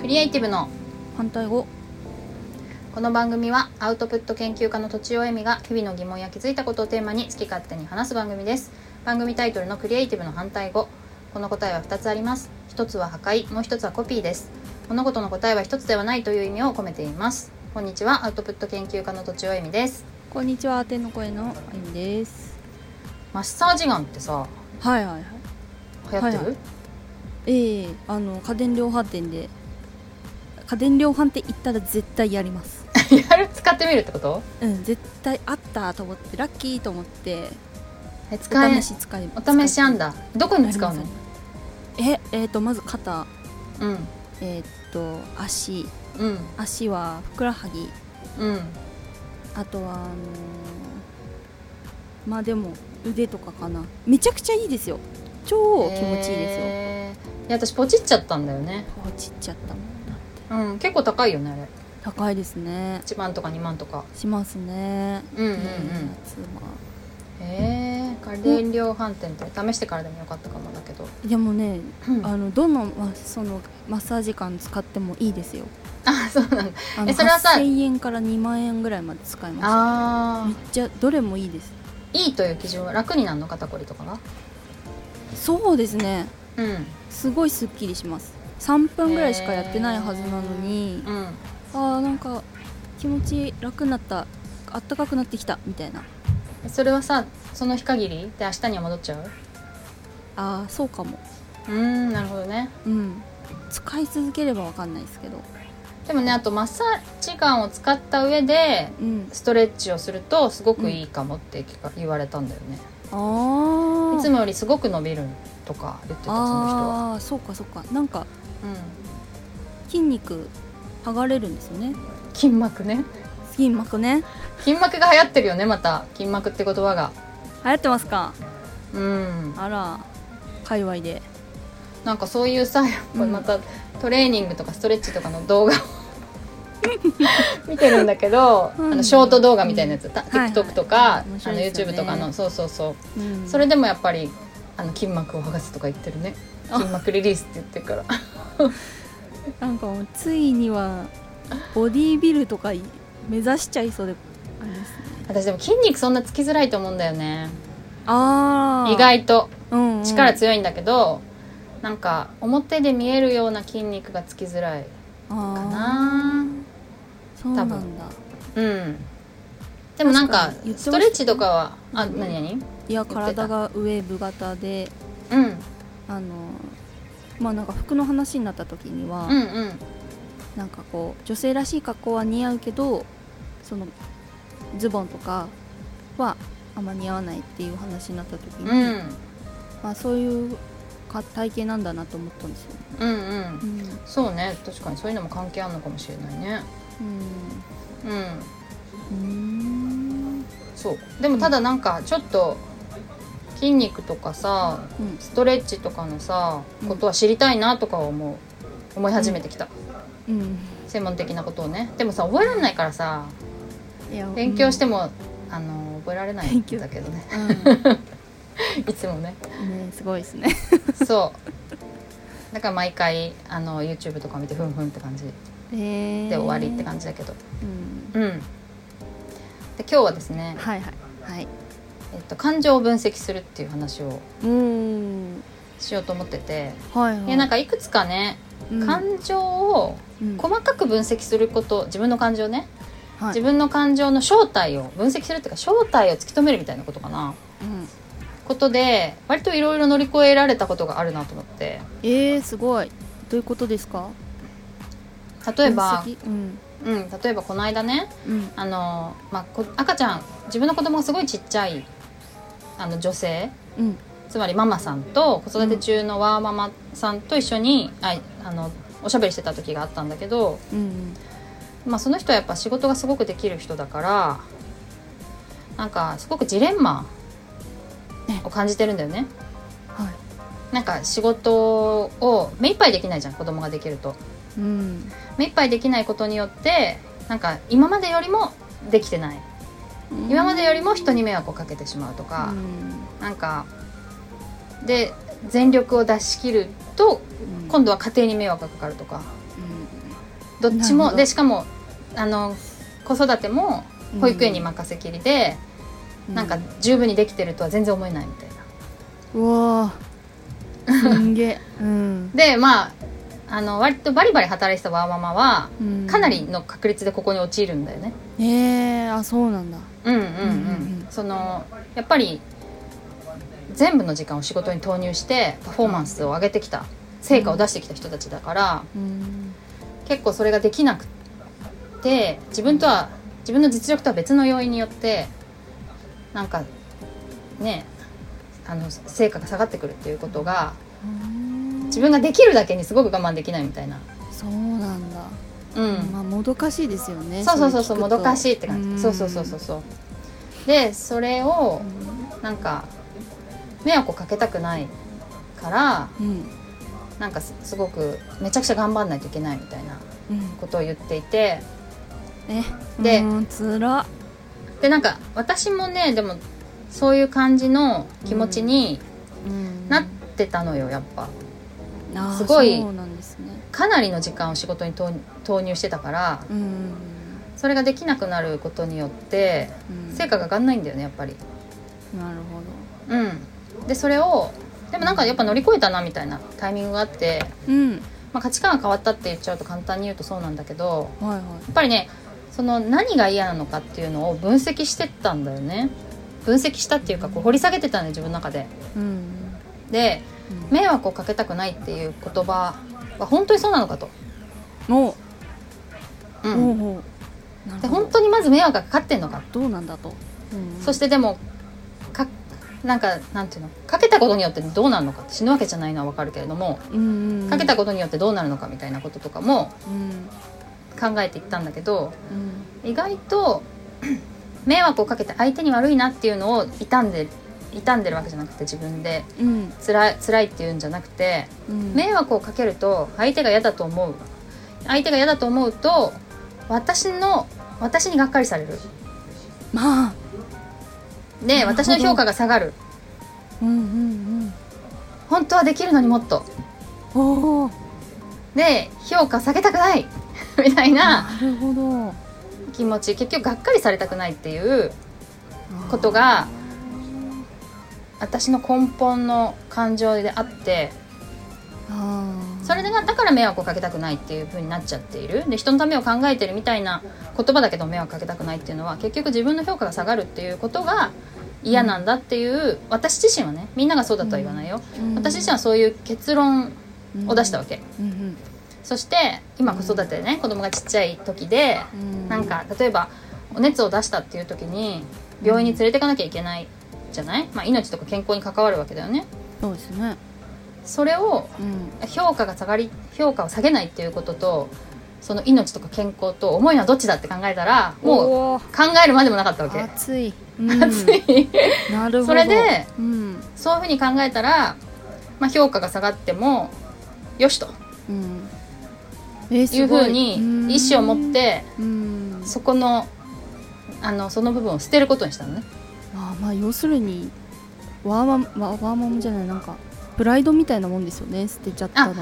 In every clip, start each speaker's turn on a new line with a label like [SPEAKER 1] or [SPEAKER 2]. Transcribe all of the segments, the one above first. [SPEAKER 1] ティブの
[SPEAKER 2] 反対語
[SPEAKER 1] この番組はアウトプット研究家のとちおえみが日々の疑問や気づいたことをテーマに好き勝手に話す番組です番組タイトルのクリエイティブの反対語この答えは2つあります一つは破壊もう一つはコピーです物事の答えは一つではないという意味を込めていますこんにちはアウトプット研究家のとちおえみです
[SPEAKER 2] こんにちは天の声のあゆみです
[SPEAKER 1] マッサージガンってさ
[SPEAKER 2] はいはいはい
[SPEAKER 1] 流行ってる、
[SPEAKER 2] はいはいええあの家電量販店で家電量販店行ったら絶対やります
[SPEAKER 1] やる使ってみるってこと
[SPEAKER 2] うん絶対あったと思ってラッキーと思って
[SPEAKER 1] え
[SPEAKER 2] お
[SPEAKER 1] 使え
[SPEAKER 2] 試し使い
[SPEAKER 1] お試しあんだどこ
[SPEAKER 2] 使い
[SPEAKER 1] に使うの
[SPEAKER 2] ありますねええーとまず肩
[SPEAKER 1] うん
[SPEAKER 2] えーっと足
[SPEAKER 1] うん
[SPEAKER 2] 足はふくらはぎ
[SPEAKER 1] うん
[SPEAKER 2] あとはあのーまあでも腕とかかなめちゃくちゃいいですよ超気持ちいいですよ、
[SPEAKER 1] へーいや私ポチっちゃったんだよね
[SPEAKER 2] 落ちちゃったもんな
[SPEAKER 1] うん結構高いよねあれ
[SPEAKER 2] 高いですね
[SPEAKER 1] 1万とか2万とか
[SPEAKER 2] しますね
[SPEAKER 1] うんうんう
[SPEAKER 2] うんやつは
[SPEAKER 1] へえ家電量販店って試してからでもよかったかもだけど、
[SPEAKER 2] でもね
[SPEAKER 1] うん
[SPEAKER 2] あのどのまそのマッサージ館使ってもいいですよ
[SPEAKER 1] あそうなんだ
[SPEAKER 2] あの
[SPEAKER 1] えそれはさ
[SPEAKER 2] 8000円から2万円ぐらいまで使えま
[SPEAKER 1] あ
[SPEAKER 2] すめっちゃどれもいいです
[SPEAKER 1] ーいいという基準は楽になるの肩こりとかが
[SPEAKER 2] そうですね
[SPEAKER 1] うん
[SPEAKER 2] すごいすっきりします3分ぐらいしかやってないはずなのに
[SPEAKER 1] うん
[SPEAKER 2] あーなんか気持ち楽になったあったかくなってきたみたいな
[SPEAKER 1] えそれはさその日限りで明日には戻っちゃう
[SPEAKER 2] あーそうかも
[SPEAKER 1] うーんなるほどね
[SPEAKER 2] うん使い続ければわかんないですけど
[SPEAKER 1] でもねあとマッサージガンを使った上で
[SPEAKER 2] うん
[SPEAKER 1] ストレッチをするとすごくいいかもって聞か言われたんだよね、
[SPEAKER 2] ああ
[SPEAKER 1] いつもよりすごく伸びるとか言ってたその人は、
[SPEAKER 2] ああーそうかそうかなんか
[SPEAKER 1] うん、
[SPEAKER 2] 筋肉剥がれるんですよね
[SPEAKER 1] 筋膜ね
[SPEAKER 2] 筋膜ね
[SPEAKER 1] 筋膜が流行ってるよねまた筋膜って言葉が
[SPEAKER 2] 流行ってますか
[SPEAKER 1] うん
[SPEAKER 2] あら界隈で
[SPEAKER 1] なんかそういうさやっぱまたトレーニングとかストレッチとかの動 画を見てるんだけど、
[SPEAKER 2] うん
[SPEAKER 1] あのショート動画みたいなやつ、た
[SPEAKER 2] はいはい
[SPEAKER 1] TikTok とか、
[SPEAKER 2] 面
[SPEAKER 1] あ
[SPEAKER 2] 白
[SPEAKER 1] の
[SPEAKER 2] いですよ
[SPEAKER 1] YouTube
[SPEAKER 2] ね
[SPEAKER 1] とかのそうそうそううんそれでもやっぱりあの筋膜を剥がすとか言ってるね筋膜リリースって言ってる から
[SPEAKER 2] なんかもうついにはボディービルとかい目指しちゃいそうであれですね
[SPEAKER 1] 私でも筋肉そんなつきづらいと思うんだよね
[SPEAKER 2] あー
[SPEAKER 1] 意、外と
[SPEAKER 2] うんうん
[SPEAKER 1] 力強いんだけど、なんか表で見えるような筋肉がつきづらいか
[SPEAKER 2] か
[SPEAKER 1] な
[SPEAKER 2] そうなんだ
[SPEAKER 1] 多うんでもなんか
[SPEAKER 2] 確かに言ってましたね
[SPEAKER 1] ストレッチとかはあ何何
[SPEAKER 2] いや体がウェーブ型で
[SPEAKER 1] うん
[SPEAKER 2] あのまあなんか服の話になった時には、
[SPEAKER 1] うんうん
[SPEAKER 2] なんかこう女性らしい格好は似合うけどそのズボンとかはあんま似合わないっていう話になった時に、
[SPEAKER 1] うん
[SPEAKER 2] まあ、そういうか体型なんだなと思ったんですよ、ね
[SPEAKER 1] うんう
[SPEAKER 2] うんん
[SPEAKER 1] そうね確かにそういうのも関係あるのかもしれないねうん
[SPEAKER 2] うん
[SPEAKER 1] そうでもただなんかちょっと筋肉とかさ
[SPEAKER 2] うん
[SPEAKER 1] ストレッチとかのさ
[SPEAKER 2] うん
[SPEAKER 1] ことは知りたいなとかは思う思い始めてきた、
[SPEAKER 2] うん
[SPEAKER 1] 専門的なことをねでもさ覚えられないからさ
[SPEAKER 2] いや
[SPEAKER 1] 勉強して
[SPEAKER 2] も、
[SPEAKER 1] も、あの覚えられないんだけどね
[SPEAKER 2] うん
[SPEAKER 1] いつもね
[SPEAKER 2] ねすごいですね
[SPEAKER 1] そうだから毎回あの YouTube とか見てふんふんって感じ
[SPEAKER 2] え
[SPEAKER 1] で終わりって感じだけど、
[SPEAKER 2] じ、うん、
[SPEAKER 1] うんで今日はですね、
[SPEAKER 2] はいはいはい
[SPEAKER 1] えっと、感情を分析するっていう話を
[SPEAKER 2] うん
[SPEAKER 1] しようと思ってて、
[SPEAKER 2] はいはい
[SPEAKER 1] でなんかいくつかね、
[SPEAKER 2] うん
[SPEAKER 1] 感情を
[SPEAKER 2] うん
[SPEAKER 1] 細かく分析すること自分の感情ね、
[SPEAKER 2] はい
[SPEAKER 1] 自分の感情の正体を分析するっていうか正体を突き止めるみたいなことかな
[SPEAKER 2] うん
[SPEAKER 1] ことで割といろいろ乗り越えられたことがあるなと思って
[SPEAKER 2] えー、すごいどういうことですか
[SPEAKER 1] 例えば
[SPEAKER 2] 分、析うん
[SPEAKER 1] うん、例えばこの間ね
[SPEAKER 2] うん
[SPEAKER 1] あの、まあ、こ赤ちゃん自分の子供がすごいちっちゃいあの女性
[SPEAKER 2] うん
[SPEAKER 1] つまりママさんと子育て中のワーママさんと一緒に、ああのおしゃべりしてた時があったんだけど、
[SPEAKER 2] うん
[SPEAKER 1] まあ、その人はやっぱ仕事がすごくできる人だからなんかすごくジレンマを感じてるんだよね。
[SPEAKER 2] はい
[SPEAKER 1] なんか仕事を目いっぱいできないじゃん子供ができると。
[SPEAKER 2] うん
[SPEAKER 1] 目いっぱいできないことによってなんか今までよりもできてない今までよりも人に迷惑をかけてしまうとか
[SPEAKER 2] う、
[SPEAKER 1] なんかで全力を出し切ると
[SPEAKER 2] ん
[SPEAKER 1] 今度は家庭に迷惑がかかるとか
[SPEAKER 2] う
[SPEAKER 1] どっち
[SPEAKER 2] なるほ
[SPEAKER 1] も
[SPEAKER 2] ど
[SPEAKER 1] でしかもあの子育ても保育園に任せきりで、なんか十分にできてるとは全然思えないみたいな。
[SPEAKER 2] うわーすんげえ、うん
[SPEAKER 1] でまああの割とバリバリ働いてたワーママは
[SPEAKER 2] うん、
[SPEAKER 1] かなりの確率でここに陥るんだよね。
[SPEAKER 2] えー、あそうなんだ
[SPEAKER 1] うんうんうん
[SPEAKER 2] うんうん
[SPEAKER 1] そのやっぱり全部の時間を仕事に投入してパフォーマンスを上げてきた成果を出してきた人たちだから、
[SPEAKER 2] うん
[SPEAKER 1] 結構それができなくて自分とは自分の実力とは別の要因によってなんかねあの成果が下がってくるっていうことが自分ができるだけにすごく我慢できないみたいな。
[SPEAKER 2] そうなんだ、
[SPEAKER 1] うん
[SPEAKER 2] まあもどかしいですよね
[SPEAKER 1] そうそうそうそう
[SPEAKER 2] れ
[SPEAKER 1] も
[SPEAKER 2] 聞くと
[SPEAKER 1] どかしいって感じ、
[SPEAKER 2] ん
[SPEAKER 1] そうそうそうそうそうでそれをなんか迷惑をかけたくないから
[SPEAKER 2] うん
[SPEAKER 1] なんかすすごくめちゃくちゃ頑張んないといけないみたいな
[SPEAKER 2] うん
[SPEAKER 1] ことを言っていて
[SPEAKER 2] え
[SPEAKER 1] で
[SPEAKER 2] うんつら
[SPEAKER 1] でなんか私もねでもそういう感じの気持ちに
[SPEAKER 2] うん
[SPEAKER 1] なってたのよやっぱ
[SPEAKER 2] あー
[SPEAKER 1] すごい
[SPEAKER 2] そうなんですね
[SPEAKER 1] かなりの時間を仕事に投入投入してたから
[SPEAKER 2] うんうん
[SPEAKER 1] それができなくなることによって
[SPEAKER 2] うんうん
[SPEAKER 1] 成果が上がんないんだよねやっぱり
[SPEAKER 2] なるほ
[SPEAKER 1] うん、でそれをでもなんかやっぱ乗り越えたなみたいなタイミングがあって、
[SPEAKER 2] どうん
[SPEAKER 1] まあ、価値観が変わったって言っちゃうと簡単に言うとそうなんだけど
[SPEAKER 2] はいはい
[SPEAKER 1] やっぱりねその何が嫌なのかっていうのを分析してったんだよね分析したっていうかこう掘り下げてたんだよ自分の中で
[SPEAKER 2] うん
[SPEAKER 1] で
[SPEAKER 2] うん
[SPEAKER 1] 迷惑をかけたくないっていう言葉は本当にそうなのかと、
[SPEAKER 2] も
[SPEAKER 1] う
[SPEAKER 2] うんほうほうなる
[SPEAKER 1] で
[SPEAKER 2] ほど
[SPEAKER 1] 本当にまず迷惑がかかってんのか
[SPEAKER 2] どうなんだと、うん
[SPEAKER 1] そしてでもかなんかなんていうのかけたことによってどうなるのか死ぬわけじゃないのはわかるけれども
[SPEAKER 2] うんうん
[SPEAKER 1] かけたことによってどうなるのかみたいなこととかも
[SPEAKER 2] うん
[SPEAKER 1] 考えていったんだけど
[SPEAKER 2] うん
[SPEAKER 1] 意外と 迷惑をかけて相手に悪いなっていうのを傷んで傷んでるわけじゃなくて自分で
[SPEAKER 2] うん
[SPEAKER 1] 辛い辛いっていうんじゃなくて
[SPEAKER 2] うん
[SPEAKER 1] 迷惑をかけると相手が嫌だと思う相手が嫌だと思うと私の私にがっかりされる
[SPEAKER 2] まあ
[SPEAKER 1] で
[SPEAKER 2] なるほ
[SPEAKER 1] 私
[SPEAKER 2] ど
[SPEAKER 1] の評価が下がる
[SPEAKER 2] うんうん
[SPEAKER 1] 本当はできるのにもっと
[SPEAKER 2] うんおお
[SPEAKER 1] で評価下げたくない みたいな
[SPEAKER 2] なるほど
[SPEAKER 1] 気持ち結局がっかりされたくないっていうことが私の根本の感情であって
[SPEAKER 2] あー
[SPEAKER 1] それがだから迷惑をかけたくないっていう風になっちゃっているで人のためを考えてるみたいな言葉だけど迷惑かけたくないっていうのは結局自分の評価が下がるっていうことが嫌なんだっていう、私自身はねみんながそうだとは言わないよ、
[SPEAKER 2] うん
[SPEAKER 1] 私自身はそういう結論を出したわ
[SPEAKER 2] け、
[SPEAKER 1] け、
[SPEAKER 2] うん
[SPEAKER 1] そして今子育てでね子供がちっちゃい時で
[SPEAKER 2] うんうん、
[SPEAKER 1] なんか例えばお熱を出したっていう時に病院に連れてかなきゃいけないじゃない、まあ、命とか健康に関わるわけだよね
[SPEAKER 2] そうですね
[SPEAKER 1] それを
[SPEAKER 2] うん
[SPEAKER 1] 評価が下がり評価を下げないっていうこととその命とか健康と重いのはどっちだって考えたらもう
[SPEAKER 2] もう
[SPEAKER 1] 考えるまでもなかったわけ
[SPEAKER 2] 熱い、うん、熱
[SPEAKER 1] い
[SPEAKER 2] なるほど
[SPEAKER 1] それで、
[SPEAKER 2] うん
[SPEAKER 1] そういうふうに考えたら、まあ、評価が下がってもよしと
[SPEAKER 2] うん、えー
[SPEAKER 1] いう
[SPEAKER 2] す
[SPEAKER 1] ふ
[SPEAKER 2] ごいう
[SPEAKER 1] に意思を持っ、て
[SPEAKER 2] うんうん
[SPEAKER 1] そこのあのその部分を捨てることにしたのね
[SPEAKER 2] あーまあ要するにワーマンワワーマンじゃないなんかプライドみたいなもんですよね捨てちゃったの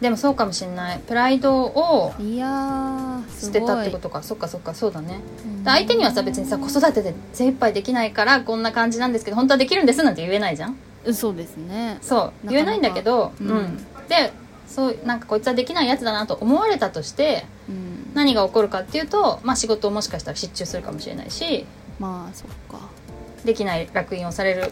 [SPEAKER 1] でもそうかもしれないプライドを
[SPEAKER 2] いやーす
[SPEAKER 1] 捨
[SPEAKER 2] ごい
[SPEAKER 1] てたってことかそっかそっかそうだね
[SPEAKER 2] うん
[SPEAKER 1] で相手にはさ別にさ子育てで精一杯できないからこんな感じなんですけど本当はできるんですなんて言えないじゃん
[SPEAKER 2] うんそうですね
[SPEAKER 1] そう
[SPEAKER 2] なかなか
[SPEAKER 1] 言えないんだけど、う
[SPEAKER 2] うんん
[SPEAKER 1] でそうなんかこいつはできないやつだなと思われたとして
[SPEAKER 2] うん
[SPEAKER 1] 何が起こるかっていうと、まあ、仕事をもしかしたら失注するかもしれないし
[SPEAKER 2] まあそっか、
[SPEAKER 1] できない烙印をされる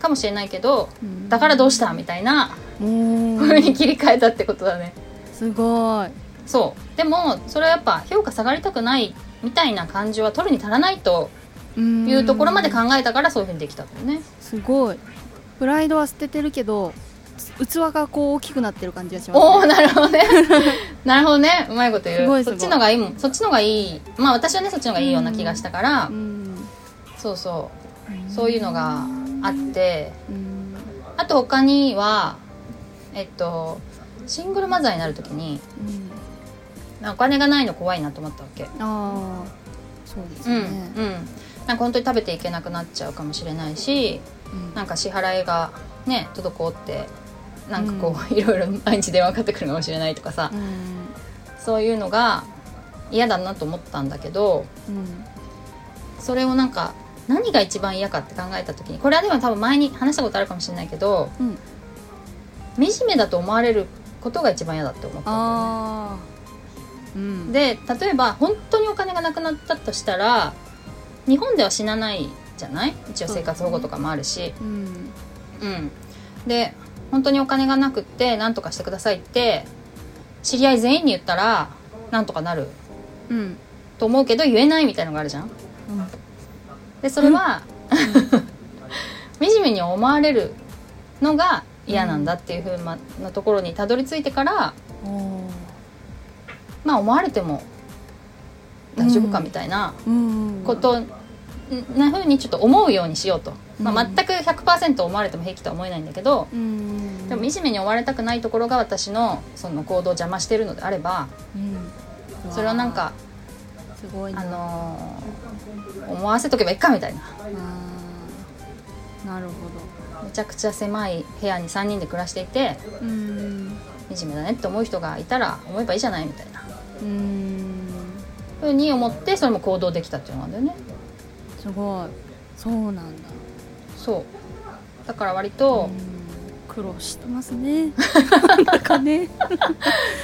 [SPEAKER 1] かもしれないけど
[SPEAKER 2] うん
[SPEAKER 1] だからどうしたみたいな
[SPEAKER 2] も
[SPEAKER 1] 風
[SPEAKER 2] う
[SPEAKER 1] に切り替えたってことだね
[SPEAKER 2] すごい
[SPEAKER 1] そうでもそれはやっぱ評価下がりたくないみたいな感情は取るに足らないと
[SPEAKER 2] うん
[SPEAKER 1] いうところまで考えたからそういうふうにできたんだよね
[SPEAKER 2] すごいプライドは捨ててるけどつ器がこう大きくなってる感じがします、ね、
[SPEAKER 1] おおなるほどね なるほどねうまいこと言う
[SPEAKER 2] すごいすごい
[SPEAKER 1] そっちのがいいもんそっちのがいいまあ私はねそっちのがいいような気がしたから、
[SPEAKER 2] うん
[SPEAKER 1] そうそうそういうのがあって
[SPEAKER 2] うん
[SPEAKER 1] あと他にはえっとシングルマザーになる時に
[SPEAKER 2] うん
[SPEAKER 1] お金がないの怖いなと思ったわけ
[SPEAKER 2] ああそうです
[SPEAKER 1] うんう
[SPEAKER 2] ね、
[SPEAKER 1] んなんか本当に食べていけなくなっちゃうかもしれないし
[SPEAKER 2] うん
[SPEAKER 1] なんか支払いがね滞ってなんかこう、いろいろ毎日電話かかってくるかもしれないとかさ、
[SPEAKER 2] うん
[SPEAKER 1] そういうのが嫌だなと思ったんだけど
[SPEAKER 2] うん
[SPEAKER 1] それをなんか何が一番嫌かって考えた時にこれはでも多分前に話したことあるかもしれないけど
[SPEAKER 2] うん
[SPEAKER 1] 惨めだと思われることが一番嫌だって思ったんだよね
[SPEAKER 2] ああうん
[SPEAKER 1] で例えば本当にお金がなくなったとしたら日本では死なないじゃない一応生活保護とかもあるし
[SPEAKER 2] うん
[SPEAKER 1] うんで本当にお金がなくって何とかしてくださいって知り合い全員に言ったら何とかなる
[SPEAKER 2] うん
[SPEAKER 1] と思うけど言えないみたいのがあるじゃんでそれは 惨めに思われるのが嫌なんだっていうふうなのところにたどり着いてから
[SPEAKER 2] うんおー
[SPEAKER 1] まあ思われても大丈夫かみたいな、
[SPEAKER 2] うん
[SPEAKER 1] ことな風にちょっと思うようにしようと、まあ、
[SPEAKER 2] うん
[SPEAKER 1] 全く100%思われても平気とは思えないんだけど、
[SPEAKER 2] うん
[SPEAKER 1] でも惨めに思われたくないところが私のその行動を邪魔してるのであれば
[SPEAKER 2] うん
[SPEAKER 1] それをなんか、
[SPEAKER 2] うわーすごいな
[SPEAKER 1] あのー思わせとけばいいかみたいな
[SPEAKER 2] あーなるほ
[SPEAKER 1] めちゃくちゃ狭い部屋に3人で暮らしていて
[SPEAKER 2] どうん
[SPEAKER 1] 惨めだねって思う人がいたら思えばいいじゃないみたいな
[SPEAKER 2] うん
[SPEAKER 1] 風に思ってそれも行動できたっていうのがあるんだよね。
[SPEAKER 2] すごいそうなんだ
[SPEAKER 1] そうだから割と
[SPEAKER 2] うん苦労してます ねなんかね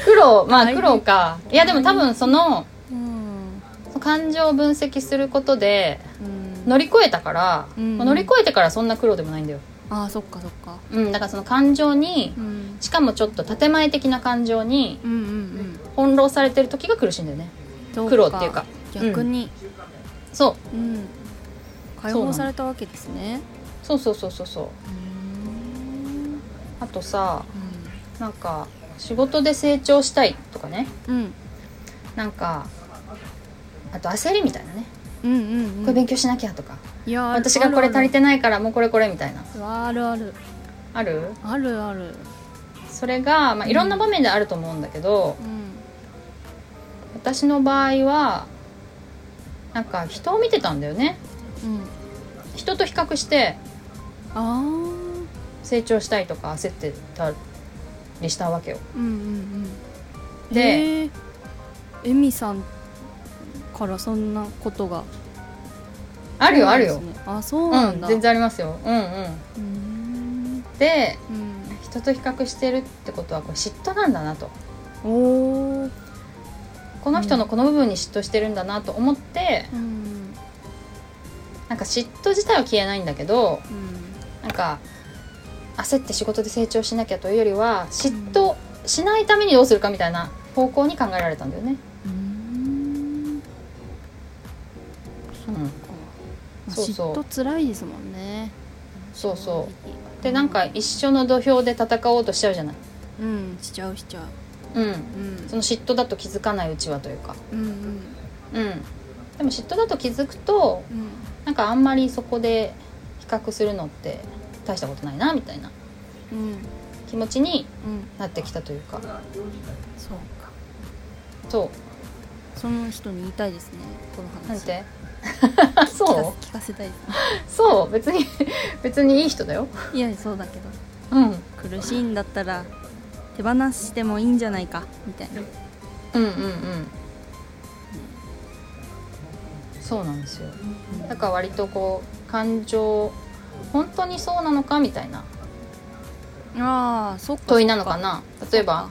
[SPEAKER 1] 苦労まあ
[SPEAKER 2] 大変
[SPEAKER 1] 苦労かいやでも多分その
[SPEAKER 2] うん
[SPEAKER 1] 感情を分析することで
[SPEAKER 2] うん
[SPEAKER 1] 乗り越えたから、
[SPEAKER 2] うん
[SPEAKER 1] 乗り越えてからそんな苦労でもないんだよ、
[SPEAKER 2] あーそっかそっか
[SPEAKER 1] うん、だからその感情に
[SPEAKER 2] うん
[SPEAKER 1] しかもちょっと建前的な感情に
[SPEAKER 2] うんうん
[SPEAKER 1] 翻弄されてる時が苦しいんだよね
[SPEAKER 2] うん
[SPEAKER 1] 苦労っていうかうん
[SPEAKER 2] 逆に
[SPEAKER 1] そう
[SPEAKER 2] うん解放されたわけですね
[SPEAKER 1] そうそうそうそうそう
[SPEAKER 2] うーん
[SPEAKER 1] あとさなんか仕事で成長したいとかね
[SPEAKER 2] うん
[SPEAKER 1] なんかあと焦りみたいなね
[SPEAKER 2] うんうんうん
[SPEAKER 1] これ勉強しなきゃとか、
[SPEAKER 2] いやー
[SPEAKER 1] 私がこれ足りてないからもうこれこれみたいな
[SPEAKER 2] あるある
[SPEAKER 1] ある
[SPEAKER 2] あるある
[SPEAKER 1] それが、まあ、いろんな場面であると思うんだけど、私の場合はなんか人を見てたんだよね
[SPEAKER 2] うんうん
[SPEAKER 1] 人と比較して
[SPEAKER 2] ああ
[SPEAKER 1] 成長したいとか焦ってたりしたわけよ
[SPEAKER 2] うんうんうん
[SPEAKER 1] で
[SPEAKER 2] えーえみさんからそんなことが
[SPEAKER 1] あるよある
[SPEAKER 2] そ
[SPEAKER 1] よ
[SPEAKER 2] う、なんですねあそう
[SPEAKER 1] う
[SPEAKER 2] なん
[SPEAKER 1] ん
[SPEAKER 2] だ
[SPEAKER 1] 全然ありますようんうん
[SPEAKER 2] うーん
[SPEAKER 1] で
[SPEAKER 2] うん
[SPEAKER 1] 人と比較してるってことはこれ嫉妬なんだなと
[SPEAKER 2] おー
[SPEAKER 1] この人のこの部分に嫉妬してるんだなと思って
[SPEAKER 2] うん
[SPEAKER 1] なんか嫉妬自体は消えないんだけど
[SPEAKER 2] う
[SPEAKER 1] な
[SPEAKER 2] ん
[SPEAKER 1] んか焦って仕事で成長しなきゃというよりは嫉妬しないためにどうするかみたいな方向に考えられたんだよね、
[SPEAKER 2] うーん
[SPEAKER 1] うん、
[SPEAKER 2] まあ
[SPEAKER 1] そうそう
[SPEAKER 2] 嫉妬つらいですもんね
[SPEAKER 1] そうそうでなんか一緒の土俵で戦おうとしちゃうじゃない、
[SPEAKER 2] うんしちゃうしちゃ
[SPEAKER 1] う
[SPEAKER 2] う
[SPEAKER 1] ん、
[SPEAKER 2] うん
[SPEAKER 1] その嫉妬だと気づかないうちはというか、
[SPEAKER 2] うんうん
[SPEAKER 1] うん、でも嫉妬だと気づくと
[SPEAKER 2] うん
[SPEAKER 1] なんかあんまりそこで比較するのって大したことないなみたいな
[SPEAKER 2] うん
[SPEAKER 1] 気持ちに
[SPEAKER 2] うん
[SPEAKER 1] なってきたというか
[SPEAKER 2] そうか
[SPEAKER 1] そ
[SPEAKER 2] その人に言いたいですねこの
[SPEAKER 1] う
[SPEAKER 2] 話
[SPEAKER 1] なんて
[SPEAKER 2] 聞
[SPEAKER 1] そ
[SPEAKER 2] か聞かせたいです
[SPEAKER 1] うそう別に 別にいい人だよ
[SPEAKER 2] いやそうだけど
[SPEAKER 1] うん
[SPEAKER 2] 苦しいんだったら手放してもいいんじゃないかみたいな
[SPEAKER 1] うんうんうんそうなんですよだから割とこう感情本当にそうなのかみたいな
[SPEAKER 2] ああそっか
[SPEAKER 1] 問いなのかな例え
[SPEAKER 2] そっ
[SPEAKER 1] ば
[SPEAKER 2] か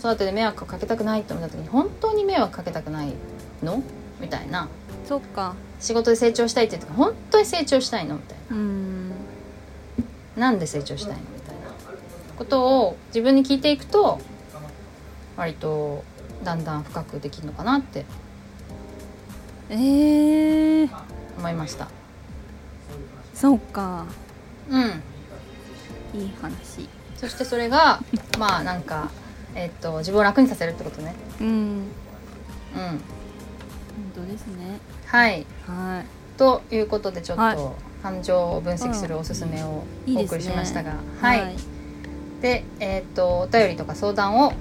[SPEAKER 1] 子育てで迷惑をかけたくないと思った時に本当に迷惑かけたくないのみたいな
[SPEAKER 2] そっか
[SPEAKER 1] 仕事で成長したいって言って本当に成長したいのみたいう
[SPEAKER 2] ーん
[SPEAKER 1] ななんで成長したいのみたいなことを自分に聞いていくと割とだんだん深くできるのかなって
[SPEAKER 2] えー、
[SPEAKER 1] 思いました
[SPEAKER 2] そうか
[SPEAKER 1] うん
[SPEAKER 2] いい話
[SPEAKER 1] そしてそれがまあなんかえっと自分を楽にさせるってことね
[SPEAKER 2] うん
[SPEAKER 1] うん
[SPEAKER 2] 本当ですね
[SPEAKER 1] はい
[SPEAKER 2] は
[SPEAKER 1] ということでちょっ
[SPEAKER 2] はい
[SPEAKER 1] と感情を分析するおすすめを
[SPEAKER 2] いい
[SPEAKER 1] お
[SPEAKER 2] です
[SPEAKER 1] 送
[SPEAKER 2] ね
[SPEAKER 1] りしましたが、
[SPEAKER 2] い
[SPEAKER 1] はい、で、えー、とお便りとか相談を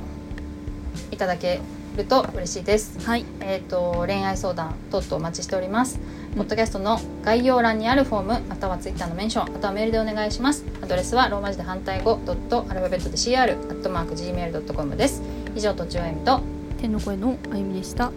[SPEAKER 1] いただけると嬉しいです。
[SPEAKER 2] はい
[SPEAKER 1] えー、と恋愛相談等々お待ちしております。
[SPEAKER 2] うん
[SPEAKER 1] ポッドキャストの概要欄にあるフォームまたはツイッターのメンションまたはメールでお願いします。アドレスはローマ字で反対語ドットアルファベットで cr アットマーク gmail ドットコムです。以上とちおえみと
[SPEAKER 2] 天の声のあゆみでした